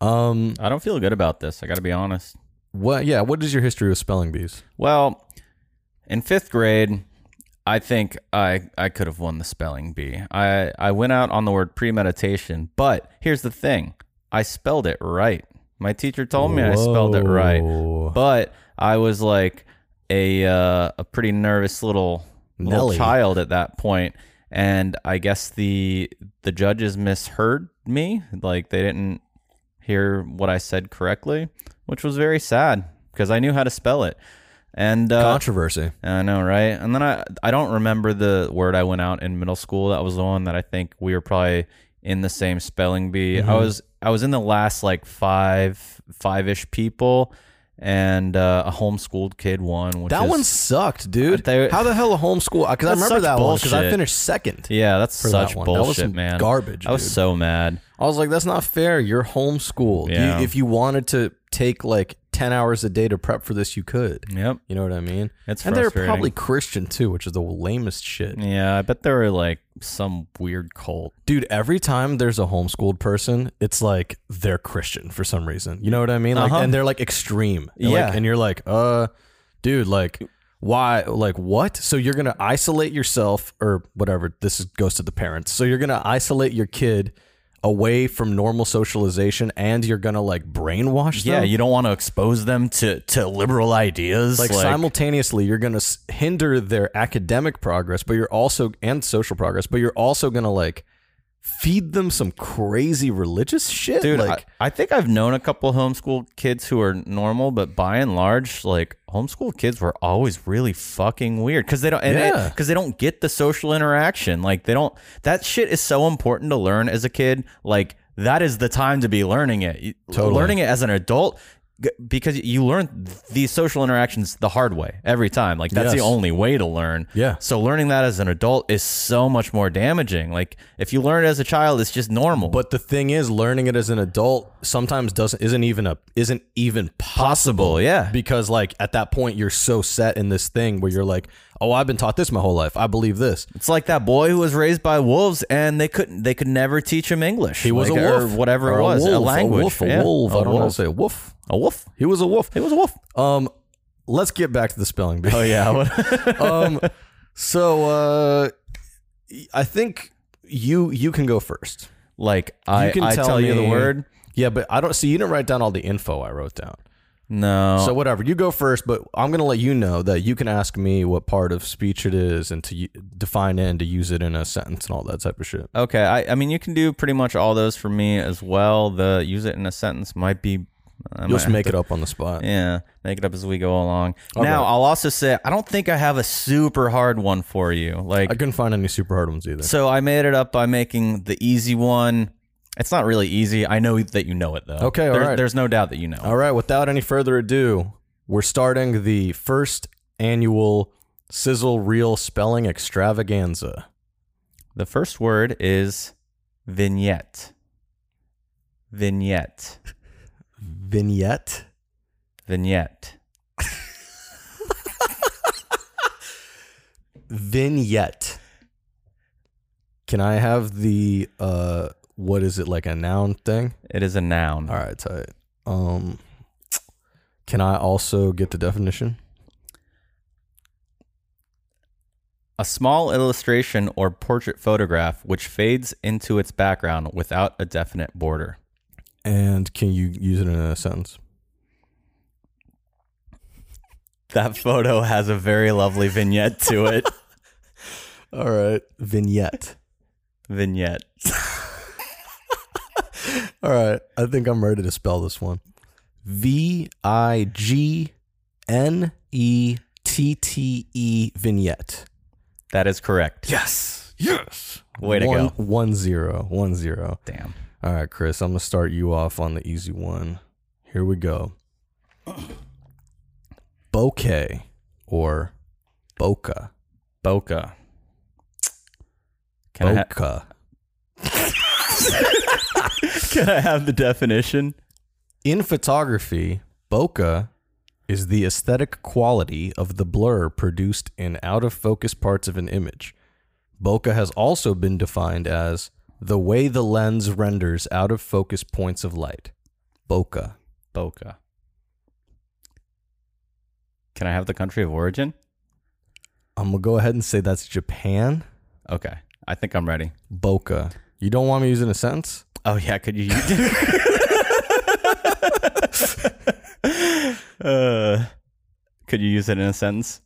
S2: Um,
S3: I don't feel good about this. I got to be honest.
S2: what? Yeah. What is your history with spelling bees?
S3: Well, in fifth grade, I think I I could have won the spelling bee. I I went out on the word premeditation, but here's the thing: I spelled it right. My teacher told me I spelled it right,
S2: Whoa.
S3: but I was like a uh, a pretty nervous little little
S2: Nelly.
S3: child at that point, and I guess the the judges misheard me. Like they didn't hear what I said correctly, which was very sad because I knew how to spell it. And uh,
S2: Controversy.
S3: I know, right? And then I I don't remember the word I went out in middle school. That was the one that I think we were probably in the same spelling bee.
S2: Mm-hmm.
S3: I was I was in the last like five five ish people, and uh, a homeschooled kid won. Which
S2: That
S3: is-
S2: one sucked, dude.
S3: They-
S2: How the hell a homeschool? Because I
S3: That's
S2: remember
S3: such
S2: that one because I
S3: bullshit.
S2: finished second.
S3: Yeah, that's
S2: for that
S3: such
S2: one. That was
S3: bullshit,
S2: some
S3: man.
S2: garbage,
S3: I was
S2: dude.
S3: so mad.
S2: I was like, that's not fair. You're homeschooled. You-
S3: Yeah.
S2: if you wanted to take like 10 hours a day to prep for this, you could.
S3: Yep.
S2: You know what I mean?
S3: It's
S2: and they're
S3: frustrating.
S2: probably Christian too, which is the lamest shit.
S3: Yeah, I bet there were like some weird cult.
S2: Dude, every time there's a homeschooled person, it's like they're Christian for some reason. You know what I mean? Like,
S3: Uh-huh.
S2: And they're like extreme. They're
S3: Yeah.
S2: like- and you're like, uh, dude, like, why? Like, what? So you're going to isolate yourself or whatever. This is, goes to the parents. So you're going to isolate your kid away from normal socialization and you're going to like brainwash them?
S3: Yeah, you don't want to expose them to to liberal ideas.
S2: like, simultaneously you're going to hinder their academic progress but you're also and social progress but you're also going to like feed them some crazy religious shit
S3: dude
S2: like
S3: I, I think i've known a couple homeschool kids who are normal but by and large like homeschool kids were always really fucking weird because they don't
S2: Yeah.
S3: because they don't get the social interaction like they don't that shit is so important to learn as a kid like that is the time to be learning it You-
S2: Totally.
S3: learning it as an adult g- because you learn these social interactions the hard way every time like that's
S2: Yes.
S3: the only way to learn
S2: Yeah.
S3: so learning that as an adult is so much more damaging like if you learn it as a child it's just normal
S2: but the thing is learning it as an adult sometimes doesn't isn't even a isn't even possible
S3: possible yeah
S2: because like at that point you're so set in this thing where you're like oh i've been taught this my whole life i believe this
S3: It's like that boy who was raised by wolves, and they couldn't. They could never teach him English.
S2: he was
S3: like,
S2: a wolf
S3: or whatever
S2: Or
S3: it was,
S2: a, wolf,
S3: language,
S2: a wolf a
S3: yeah.
S2: wolf i don't want
S3: wolf.
S2: to say a wolf
S3: A wolf.
S2: he was a wolf
S3: He was a wolf.
S2: um let's get back to the spelling bee
S3: Oh yeah.
S2: um so uh i think you you can go first.
S3: Like I,
S2: can
S3: I
S2: tell
S3: tell, you the
S2: me-
S3: word.
S2: Yeah, but I don't see you didn't write down all the info I wrote down.
S3: No.
S2: So whatever, you go first, but I'm gonna let you know that you can ask me what part of speech it is and to u- define it and to use it in a sentence and all that type of shit.
S3: okay. I, I mean, you can do pretty much all those for me as well. The use it in a sentence might be. I might
S2: You'll just
S3: have
S2: make
S3: to-
S2: it up on the spot.
S3: Yeah, make it up as we go along. now, I'll also say I don't think I have a super hard one for you. Like
S2: I couldn't find any super hard ones either.
S3: So I made it up by making the easy one. It's not really easy. I know that you know it though.
S2: Okay, all
S3: there's,
S2: right.
S3: there's no doubt that you know. it.
S2: All right, without any further ado, we're starting the first annual Sizzle Reel Spelling Extravaganza.
S3: The first word is vignette. Vignette.
S2: Vignette?
S3: Vignette.
S2: Vignette. Can I have the, uh, what is it, like a noun thing?
S3: It is a noun.
S2: All right, tight. Um, can I also get the definition?
S3: A small illustration or portrait photograph which fades into its background without a definite border.
S2: And can you use it in a sentence?
S3: That photo has a very lovely vignette to it.
S2: All right, vignette.
S3: vignette.
S2: All right, I think I'm ready to spell this one. V I G N E T T E vignette.
S3: That is correct.
S2: Yes, yes.
S3: Way to
S2: One-
S3: go.
S2: One zero, one zero.
S3: Damn.
S2: All right, Chris, I'm gonna start you off on the easy one. Here we go. Bokeh or bokeh.
S3: Boca. Can, I ha-
S2: Bokeh.
S3: can I have the definition?
S2: In photography, bokeh is the aesthetic quality of the blur produced in out of focus parts of an image. Bokeh has also been defined as the way the lens renders out of focus points of light. Bokeh.
S3: Boca. Can I have the country of origin?
S2: I'm going to go ahead and say that's Japan.
S3: Okay. I think I'm ready.
S2: Bokeh. You don't want me using a sentence?
S3: Oh, yeah. Could you? uh, could you use it in a sentence?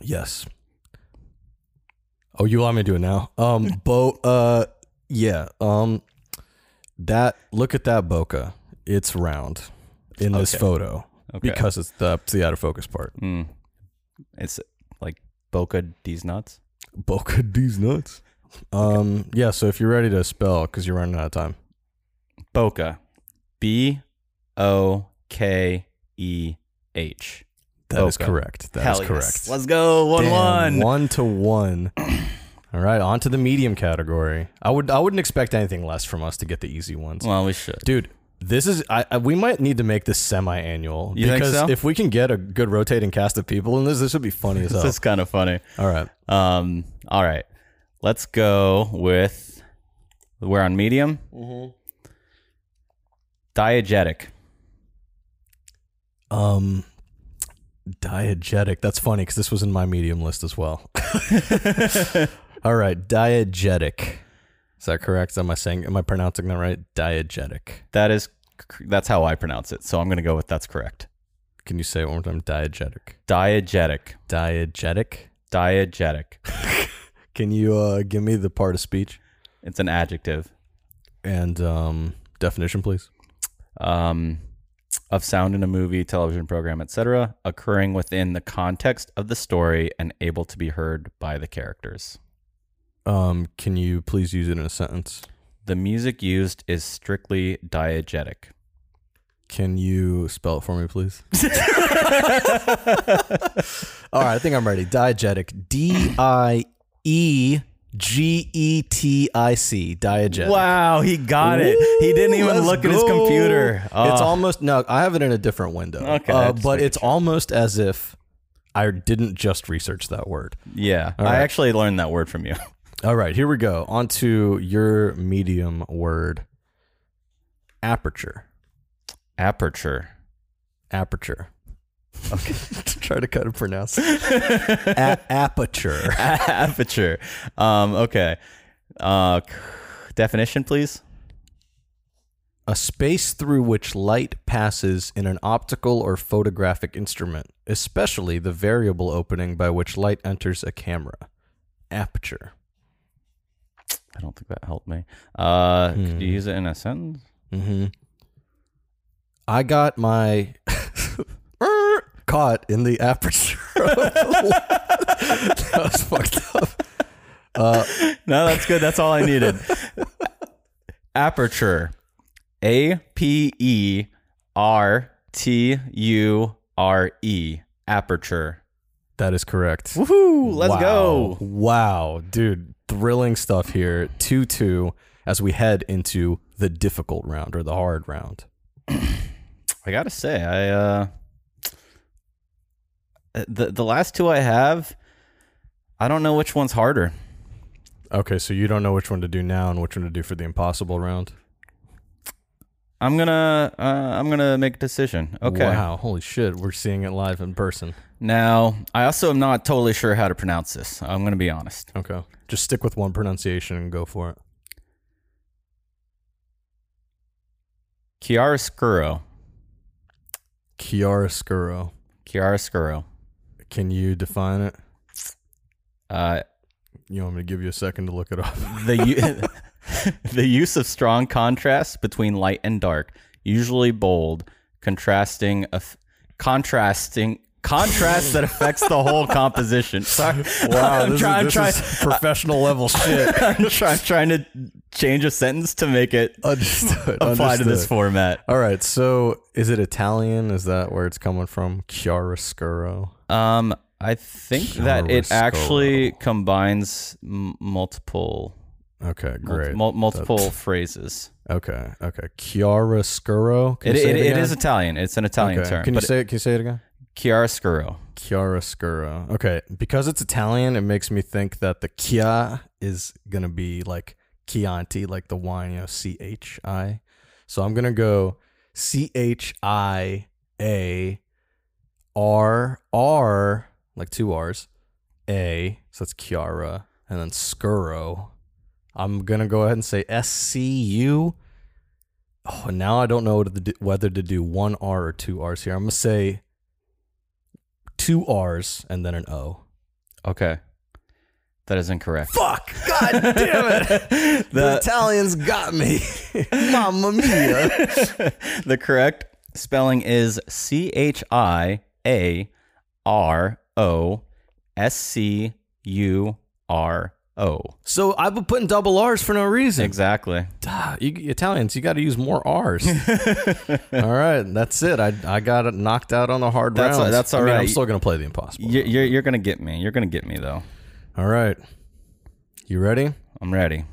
S2: Yes. Oh, you want me to do it now? Um, bo, uh, yeah. Um, that look at that bokeh. It's round in this
S3: Okay.
S2: photo
S3: Okay.
S2: because it's the, it's the out of focus part.
S3: Mm. It's like Boca these nuts.
S2: Bokeh these nuts. Um, yeah. So if you're ready to spell, because you're running out of time.
S3: Boca. B O K E H.
S2: that is
S3: Bokeh.
S2: correct. That is
S3: Hell yes.
S2: correct.
S3: Let's go. 1
S2: Damn,
S3: 1.
S2: One to one. All right, on to the medium category. I would I wouldn't expect anything less from us to get the easy ones.
S3: Well, we should.
S2: Dude, this is I, I we might need to make this semi-annual
S3: You think
S2: because
S3: so?
S2: if we can get a good rotating cast of people in this, this would be funny as
S3: This
S2: hell.
S3: is kind of funny.
S2: All right,
S3: Um, all right. Let's go with we're on medium. Diegetic.
S2: um, diegetic. That's funny because this was in my medium list as well. All right, diegetic. Is that correct? Am I saying? Am I pronouncing that right? Diegetic.
S3: That is that's how I pronounce it. So I'm going to go with that's correct.
S2: Can you say it one more time? Diegetic.
S3: Diegetic.
S2: Diegetic.
S3: Diegetic.
S2: Can you uh, give me the part of speech
S3: It's an adjective
S2: and um, definition, please?
S3: um, of sound in a movie, television program, etc., occurring within the context of the story and able to be heard by the characters.
S2: Um, can you please use it in a sentence?
S3: The music used is strictly diegetic.
S2: Can you spell it for me, please? All right, I think I'm ready. Diegetic. D I E G E T I C. Diegetic.
S3: Wow, he got
S2: Ooh, let's go. It's
S3: Oh,
S2: almost no. I have it in a different window.
S3: Okay,
S2: uh,
S3: just
S2: but
S3: making
S2: it's almost as if I didn't just research that word.
S3: yeah. I
S2: right.
S3: actually learned that word from you.
S2: All right, here we go. On to your medium word. Aperture.
S3: Aperture.
S2: Aperture. Okay. Try to kind of pronounce it. A- aperture.
S3: Aperture. Um, okay. Uh, c- definition, please.
S2: A space through which light passes in an optical or photographic instrument, especially the variable opening by which light enters a camera. Aperture.
S3: I don't think that helped me. Uh, Could you use it in a sentence?
S2: Mm-hmm. I got my caught in the aperture. of the light. that was fucked up.
S3: No, that's good. That's all I needed. Aperture. A P E R T U R E. Aperture.
S2: That is correct.
S3: Woohoo! Let's
S2: Wow.
S3: go.
S2: Wow, dude, thrilling stuff here. 2 2 as we head into the difficult round or the hard round.
S3: I gotta say, I uh the the last two I have, I don't know which one's harder.
S2: Okay, so you don't know which one to do now and which one to do for the impossible round?
S3: I'm gonna uh, I'm gonna make a decision. Okay.
S2: Wow, holy shit, we're seeing it live in person.
S3: Now I also am not totally sure how to pronounce this. I'm gonna be honest.
S2: Okay. Just stick with one pronunciation and go for it.
S3: Chiaroscuro.
S2: Chiaroscuro.
S3: Chiaroscuro.
S2: Can you define it?
S3: Uh
S2: You want me to give you a second to look it up?
S3: the u- the use of strong contrasts between light and dark, usually bold, contrasting of contrasting contrast that affects the whole composition. Sorry,
S2: Wow,
S3: I'm
S2: this,
S3: trying,
S2: is,
S3: trying,
S2: this is professional level shit.
S3: I'm trying, trying to change a sentence to make it
S2: Understood.
S3: apply to this
S2: understood.
S3: format.
S2: All right, so is it Italian? Is that where it's coming from? Chiaroscuro.
S3: Um, I think that it
S2: Chiaroscuro.
S3: actually combines m- multiple
S2: Okay,
S3: mul-
S2: great.
S3: mul- multiple phrases.
S2: okay, okay. Chiaroscuro. Can
S3: It,
S2: you say
S3: it, it
S2: again?
S3: is Italian. It's an Italian
S2: Okay.
S3: term.
S2: Can you
S3: but
S2: say it? Can you say it again?
S3: chiaroscuro?
S2: Chiaroscuro. Okay, because it's Italian, it makes me think that the Chia is gonna be like Chianti, like the wine, you know, C H I. So I'm gonna go C H I A R R, like two R's, A. So that's Chiara, and then Scuro. I'm gonna go ahead and say S C U. Oh, now I don't know what to do- whether to do one R or two R's here. I'm gonna say two R's and then an O.
S3: Okay, that is incorrect.
S2: Fuck! God damn it!
S3: the,
S2: The Italians got me. Mamma mia.
S3: the correct spelling is C H I A R O S C U R O.
S2: So I've been putting double R's for no reason.
S3: Exactly.
S2: Ah, you, Italians, you got to use more R's. all right, that's it. I I got it knocked out on the hard
S3: That's-
S2: rounds.
S3: that's
S2: I
S3: all
S2: mean, I'm
S3: right.
S2: still gonna play the impossible.
S3: You're, you're, you're going to get me. You're going to get me, though.
S2: all right, you ready?
S3: I'm ready.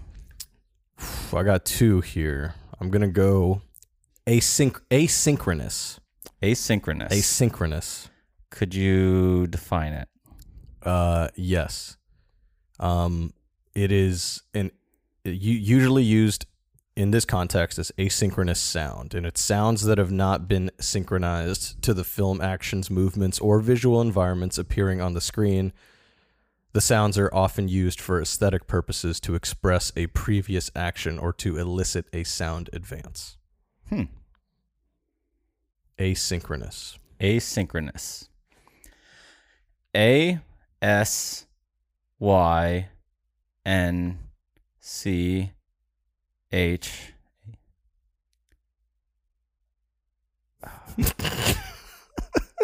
S2: Phew, I got two here. I'm gonna go async asynchronous.
S3: Asynchronous.
S2: Asynchronous.
S3: Could you define it?
S2: Uh, yes. Um, it is an u- usually used in this context as asynchronous sound, and it's sounds that have not been synchronized to the film actions, movements, or visual environments appearing on the screen. The sounds are often used for aesthetic purposes to express a previous action or to elicit a sound advance.
S3: Hmm.
S2: Asynchronous.
S3: Asynchronous. A S Y N C H.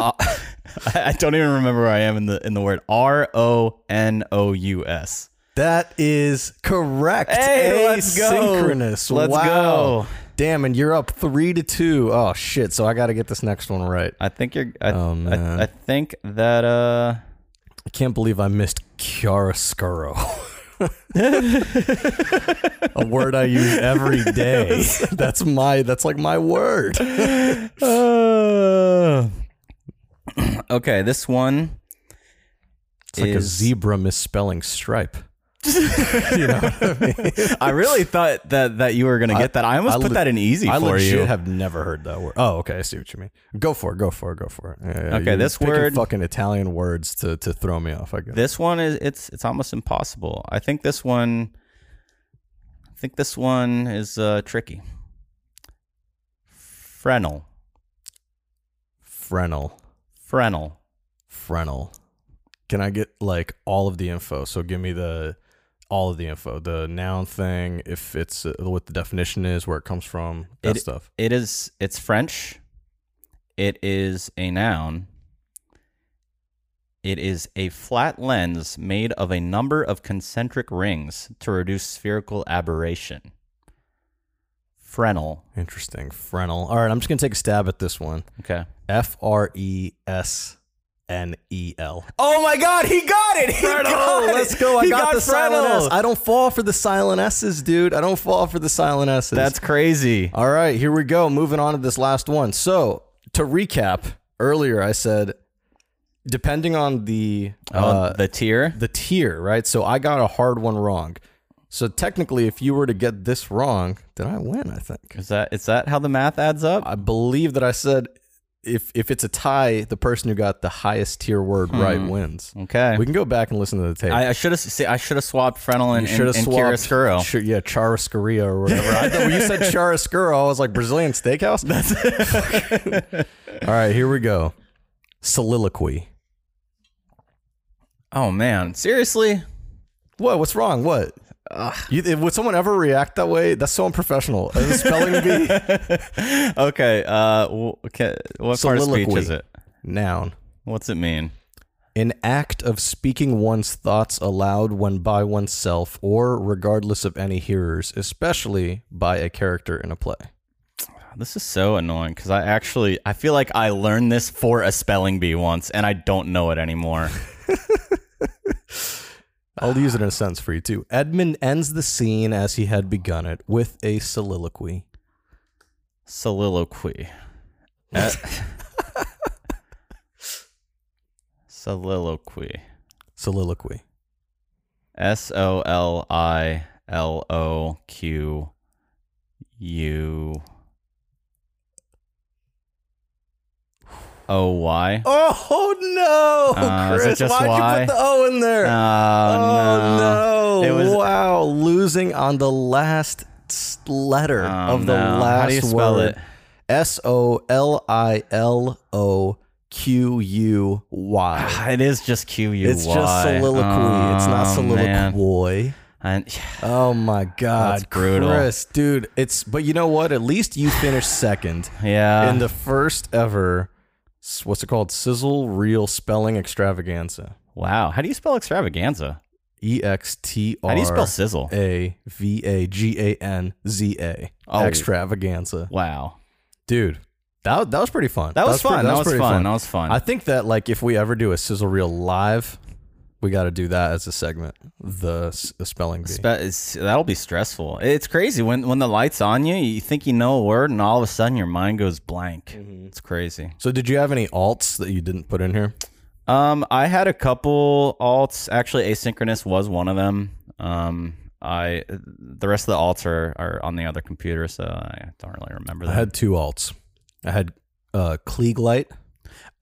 S3: Uh, I I don't even remember where I am in the in the word R O N O U S.
S2: That is correct.
S3: Hey, let's go.
S2: Asynchronous.
S3: Let's
S2: wow.
S3: go.
S2: Damn, and you're up three to two. Oh shit! So I got to get this next one right.
S3: I think you're. I,
S2: Oh, man.
S3: I, I think that uh.
S2: I can't believe I missed chiaroscuro. A word I use every day. That's my. That's like my word.
S3: Uh, okay, this one.
S2: It's like a
S3: is-
S2: zebra misspelling stripe. you know what I mean?
S3: I really thought that that you were gonna get that. I almost
S2: I
S3: put
S2: le-
S3: that in easy
S2: I
S3: for
S2: legit
S3: you.
S2: have never heard that word. Oh, okay. I see what you mean. Go for it. Go for it. Go for it. Yeah, yeah,
S3: Okay,
S2: you're
S3: this
S2: picking
S3: word-
S2: Fucking Italian words to to throw me off. I guess.
S3: this one is it's it's almost impossible. I think this one think this one is uh, tricky. Frenel.
S2: Frenel.
S3: Frenel.
S2: Frenel. Can I get like all of the info? So give me the all of the info, the noun thing, if it's uh, what the definition is, where it comes from, that
S3: It-
S2: stuff.
S3: It is. It's French. It is a noun. It is a flat lens made of a number of concentric rings to reduce spherical aberration. Fresnel.
S2: Interesting. Frenel. All right, I'm just gonna take a stab at this one.
S3: Okay.
S2: F R E S N E L.
S3: Oh my God! He got it. He
S2: Frenel, let's go. I got, the silent S.
S3: Fresnel.
S2: I don't fall for the silent S's, dude. I don't fall for the silent S's.
S3: That's crazy.
S2: All right, here we go. Moving on to this last one. So, to recap, earlier I said, depending on the
S3: oh,
S2: uh,
S3: the tier.
S2: the tier, right? So I got a hard one wrong. So technically, if you were to get this wrong, then I win. I think.
S3: Is that is that how the math adds up?
S2: I believe that I said, if if it's a tie, the person who got the highest tier word right wins.
S3: Hmm. Okay.
S2: We can go back and listen to the tape.
S3: I, I should have see, I should have swapped Fresnel and, and,
S2: should have
S3: and
S2: swapped.
S3: Chiaroscuro.
S2: Ch- yeah, Charoscuria or whatever. I thought when you said Charoscuro, I was like Brazilian steakhouse. That's All right, here we go. Soliloquy.
S3: Oh man, seriously?
S2: What? What's wrong? What? You, if- would someone ever react that way? That's so unprofessional. Is it spelling bee?
S3: Okay. Uh, w- okay. What part of speech
S2: Soliloquy.
S3: is it?
S2: Noun.
S3: What's it mean?
S2: An act of speaking one's thoughts aloud when by oneself or regardless of any hearers, especially by a character in a play.
S3: This is so annoying because I actually I feel like I learned this for a spelling bee once and I don't know it anymore.
S2: I'll use it in a sense for you too. Edmund ends the scene as he had begun it with a soliloquy.
S3: Soliloquy. Uh, soliloquy.
S2: Soliloquy.
S3: S O L I L O Q U O Y.
S2: Oh no,
S3: Uh, is it
S2: Chris!
S3: just
S2: Why'd
S3: Y?
S2: you put the O in there?
S3: Oh,
S2: oh
S3: no.
S2: no!
S3: It was-
S2: wow, losing on the last s- letter
S3: Oh,
S2: of the
S3: no.
S2: last
S3: How do you spell
S2: word.
S3: it?
S2: S O L I L O Q U Y.
S3: It is just Q U Y.
S2: It's just soliloquy. it's not
S3: Oh, man.
S2: soliloquy.
S3: And-
S2: Oh my God,
S3: That's brutal.
S2: Chris, dude. It's but you know what? At least you finished second
S3: yeah.
S2: in the first ever. s- What's it called? Sizzle Reel Spelling Extravaganza.
S3: wow. How do you spell extravaganza?
S2: E X T R.
S3: How do you spell sizzle?
S2: A V A G A N Z A.
S3: Oh.
S2: Extravaganza,
S3: Wow.
S2: dude. That that was pretty fun.
S3: That was
S2: pretty-
S3: fun. That was
S2: pretty
S3: fun. That was fun.
S2: I think that like if we ever do a sizzle reel live, we got to do that as a segment. The s- the spelling bee.
S3: Spe- it's, that'll be stressful. It's crazy when when the lights on you. You think you know a word, and all of a sudden your mind goes blank.
S2: Mm-hmm.
S3: It's crazy.
S2: so did you have any alts that you didn't put in here?
S3: Um, I had a couple alts. Actually, asynchronous was one of them. Um, I the rest of the alts are, are on the other computer, so I don't really remember
S2: I
S3: that.
S2: had two alts. I had uh Klieg Light.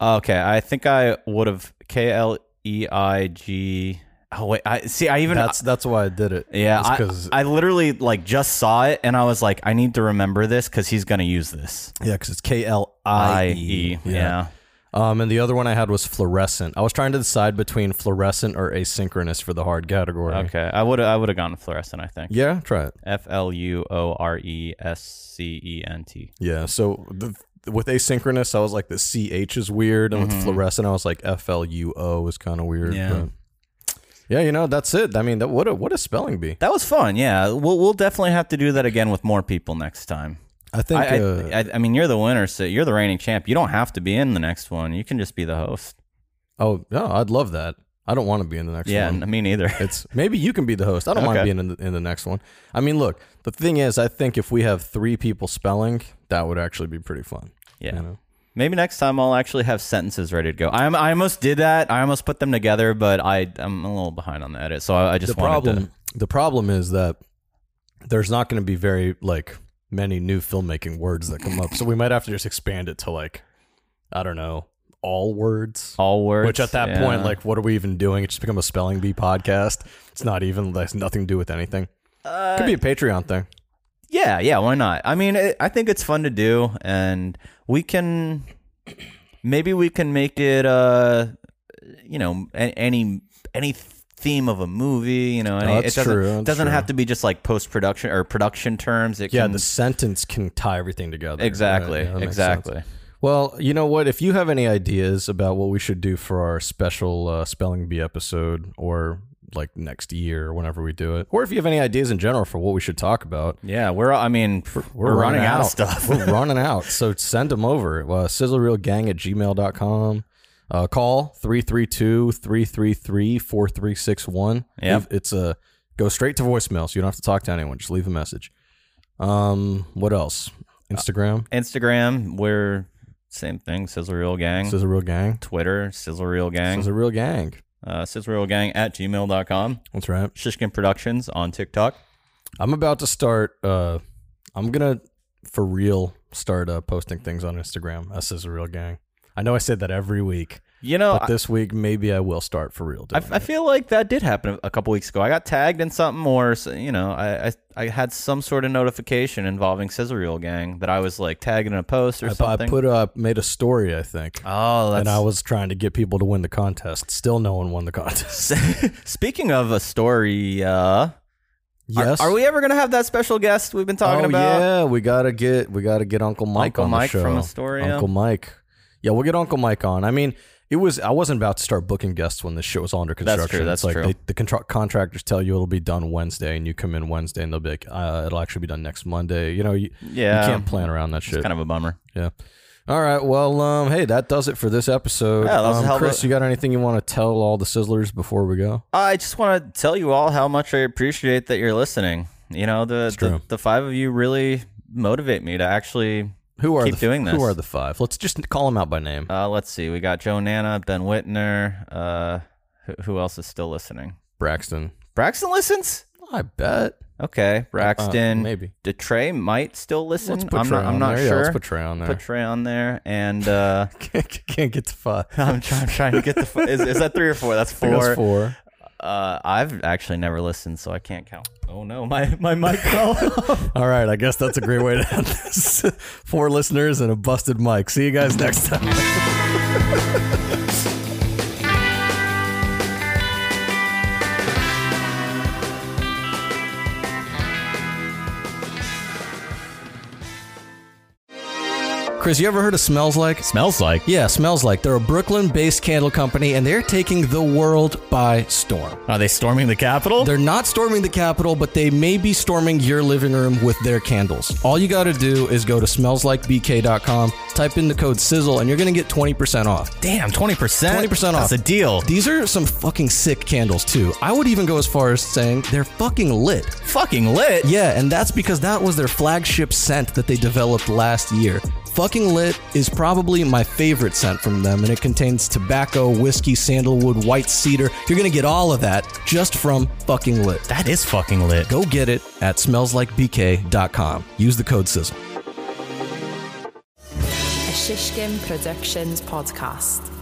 S3: okay, I think I would have K L E I G. Oh wait, I see. I even
S2: That's that's why I did it.
S3: yeah.
S2: because
S3: I, I literally like just saw it, and I was like, I need to remember this because he's gonna use this.
S2: yeah, 'cause it's K L I E.
S3: yeah.
S2: Um, and the other one I had was fluorescent. I was trying to decide between fluorescent or asynchronous for the hard category.
S3: Okay, I would I would have gone with fluorescent. I think.
S2: Yeah, try it.
S3: F L U O R E S C E N T.
S2: Yeah. So the, with asynchronous, I was like the CH is weird, and with fluorescent, I was like F L U O is kind of weird.
S3: Mm-hmm. Yeah.
S2: but- yeah, you know that's it. I mean, that, what a what a spelling bee.
S3: That was fun. Yeah, we'll we'll definitely have to do that again with more people next time.
S2: I think.
S3: I,
S2: uh,
S3: I, I I mean, you're the winner, so you're the reigning champ. You don't have to be in the next one. You can just be the host.
S2: oh no, I'd love that. I don't want to be in the next
S3: Yeah,
S2: one.
S3: n- me neither.
S2: It's maybe you can be the host. I don't mind
S3: Okay.
S2: being in the, in the next one. I mean, look, the thing is, I think if we have three people spelling, that would actually be pretty fun.
S3: Yeah.
S2: You know?
S3: Maybe next time I'll actually have sentences ready to go. I, am- I almost did that. I almost put them together, but I I'm a little behind on the edit, so I, I just
S2: the
S3: wanted
S2: problem the problem is that there's not going to be very like many new filmmaking words that come up so we might have to just expand it to like i don't know all words
S3: to all words.
S2: which at that
S3: yeah.
S2: point like what are we even doing it's just become a spelling bee podcast it's not even that's nothing to do with anything
S3: Uh,
S2: Could be a Patreon thing.
S3: Yeah, yeah, why not? I mean, it, I think it's fun to do, and we can maybe we can make it, uh, you know, a- any any theme of a movie. You know, any,
S2: Oh, that's
S3: it doesn't
S2: true, that's
S3: doesn't have
S2: true.
S3: to be just like post production or production terms. It
S2: Yeah,
S3: can,
S2: the sentence can tie everything together. right?
S3: Hmm. exactly,
S2: Yeah, that makes sense.
S3: exactly.
S2: Well, you know what? If you have any ideas about what we should do for our special uh, spelling bee episode, or like next year, or whenever we do it, or if you have any ideas in general for what we should talk about,
S3: Yeah, we're I mean we're, running, out of stuff.
S2: we're running out. So send them over. Uh, sizzlereelgang at gmail.com. Uh, call 332-333-4361.
S3: Yep.
S2: Leave- It's a go straight to voicemail, so you don't have to talk to anyone. Just leave a message. Um, what else? Instagram,
S3: Instagram, we're same thing. Sizzle Reel Uh, Gang.
S2: Sizzle Reel Gang.
S3: Twitter, Sizzle Reel Gang.
S2: Sizzle Reel Gang.
S3: uh, Sizzle Reel Gang at gmail.com.
S2: That's right.
S3: Shishkin Productions on TikTok.
S2: I'm about to start. Uh, I'm gonna for real start uh, posting things on Instagram as Sizzle Reel Gang. I know I said that every week,
S3: You know,
S2: but this week maybe I will start for real.
S3: I,
S2: doing
S3: I
S2: it.
S3: feel like that did happen a couple weeks ago. I got tagged in something, or s- you know, I I, I had some sort of notification involving Scissorreel Gang that I was like tagged in a post or
S2: I, pu- I
S3: something.
S2: put up made a story, I think,
S3: oh, that's.
S2: and I was trying to get people to win the contest. Still, no one won the contest.
S3: Speaking of a story, uh, are-
S2: Yes,
S3: are, we ever gonna have that special guest we've been talking
S2: oh,
S3: about?
S2: Yeah, we gotta get we gotta get Uncle Mike
S3: Uncle
S2: on
S3: Mike
S2: the show.
S3: from Astoria.
S2: Uncle Mike. Yeah, we'll get Uncle Mike on. I mean, it was I wasn't about to start booking guests when this show was under
S3: true,
S2: construction.
S3: that's
S2: it's like
S3: true.
S2: They, the contra- contractors tell you it'll be done Wednesday, and you come in Wednesday, and they'll be like, uh, "It'll actually be done next Monday." You know, you,
S3: Yeah.
S2: you can't plan around that
S3: It's
S2: shit.
S3: kind of a bummer.
S2: yeah. All right. Well, um, hey, that does it for this episode.
S3: Yeah, that was a
S2: um,
S3: hell of a-
S2: Chris, you got anything you want to tell all the sizzlers before we go?
S3: I just want to tell you all how much I appreciate that you're listening. You know, the
S2: true.
S3: the, the five of you really motivate me to actually
S2: Who are
S3: Keep
S2: the,
S3: doing this.
S2: Who are the five? Let's just call them out by name.
S3: Uh, let's see. We got Joe Nana, Ben Whitner. Uh, who, who else is still listening?
S2: Braxton.
S3: Braxton listens.
S2: I bet.
S3: Okay, Braxton.
S2: Uh, maybe.
S3: Detray might still listen.
S2: Let's put
S3: I'm
S2: Trey
S3: not. I'm
S2: on
S3: not
S2: there. Yeah,
S3: sure.
S2: let's put Trey on there.
S3: Put Trey on there, and uh,
S2: can't, can't get to five. I
S3: I'm, try- I'm trying to get the. f- Is, is that three or four? That's four.
S2: think that's four.
S3: Uh, I've actually never listened, so I can't count. Oh no, my my mic fell. off.
S2: All right, I guess that's a great way to end this. four listeners and a busted mic. See you guys next time. Chris, you ever heard of Smells Like?
S3: Smells like.
S2: Yeah, Smells Like. They're a Brooklyn based candle company and they're taking the world by storm.
S3: Are they storming the Capitol?
S2: They're not storming the Capitol, but they may be storming your living room with their candles. All you got to do is go to smellslikebk.com, type in the code sizzle, and you're going to get 20% off.
S3: Damn, twenty percent.
S2: 20% off.
S3: That's a deal.
S2: These are some fucking sick candles, too. I would even go as far as saying they're fucking lit.
S3: Fucking lit.
S2: Yeah, and that's because that was their flagship scent that they developed last year. Fucking Lit is probably my favorite scent from them, and it contains tobacco, whiskey, sandalwood, white cedar. You're gonna get all of that just from Fucking Lit.
S3: That is fucking lit.
S2: Go get it at smellslikebk.com. Use the code sizzle.
S1: A Shishkin Productions podcast.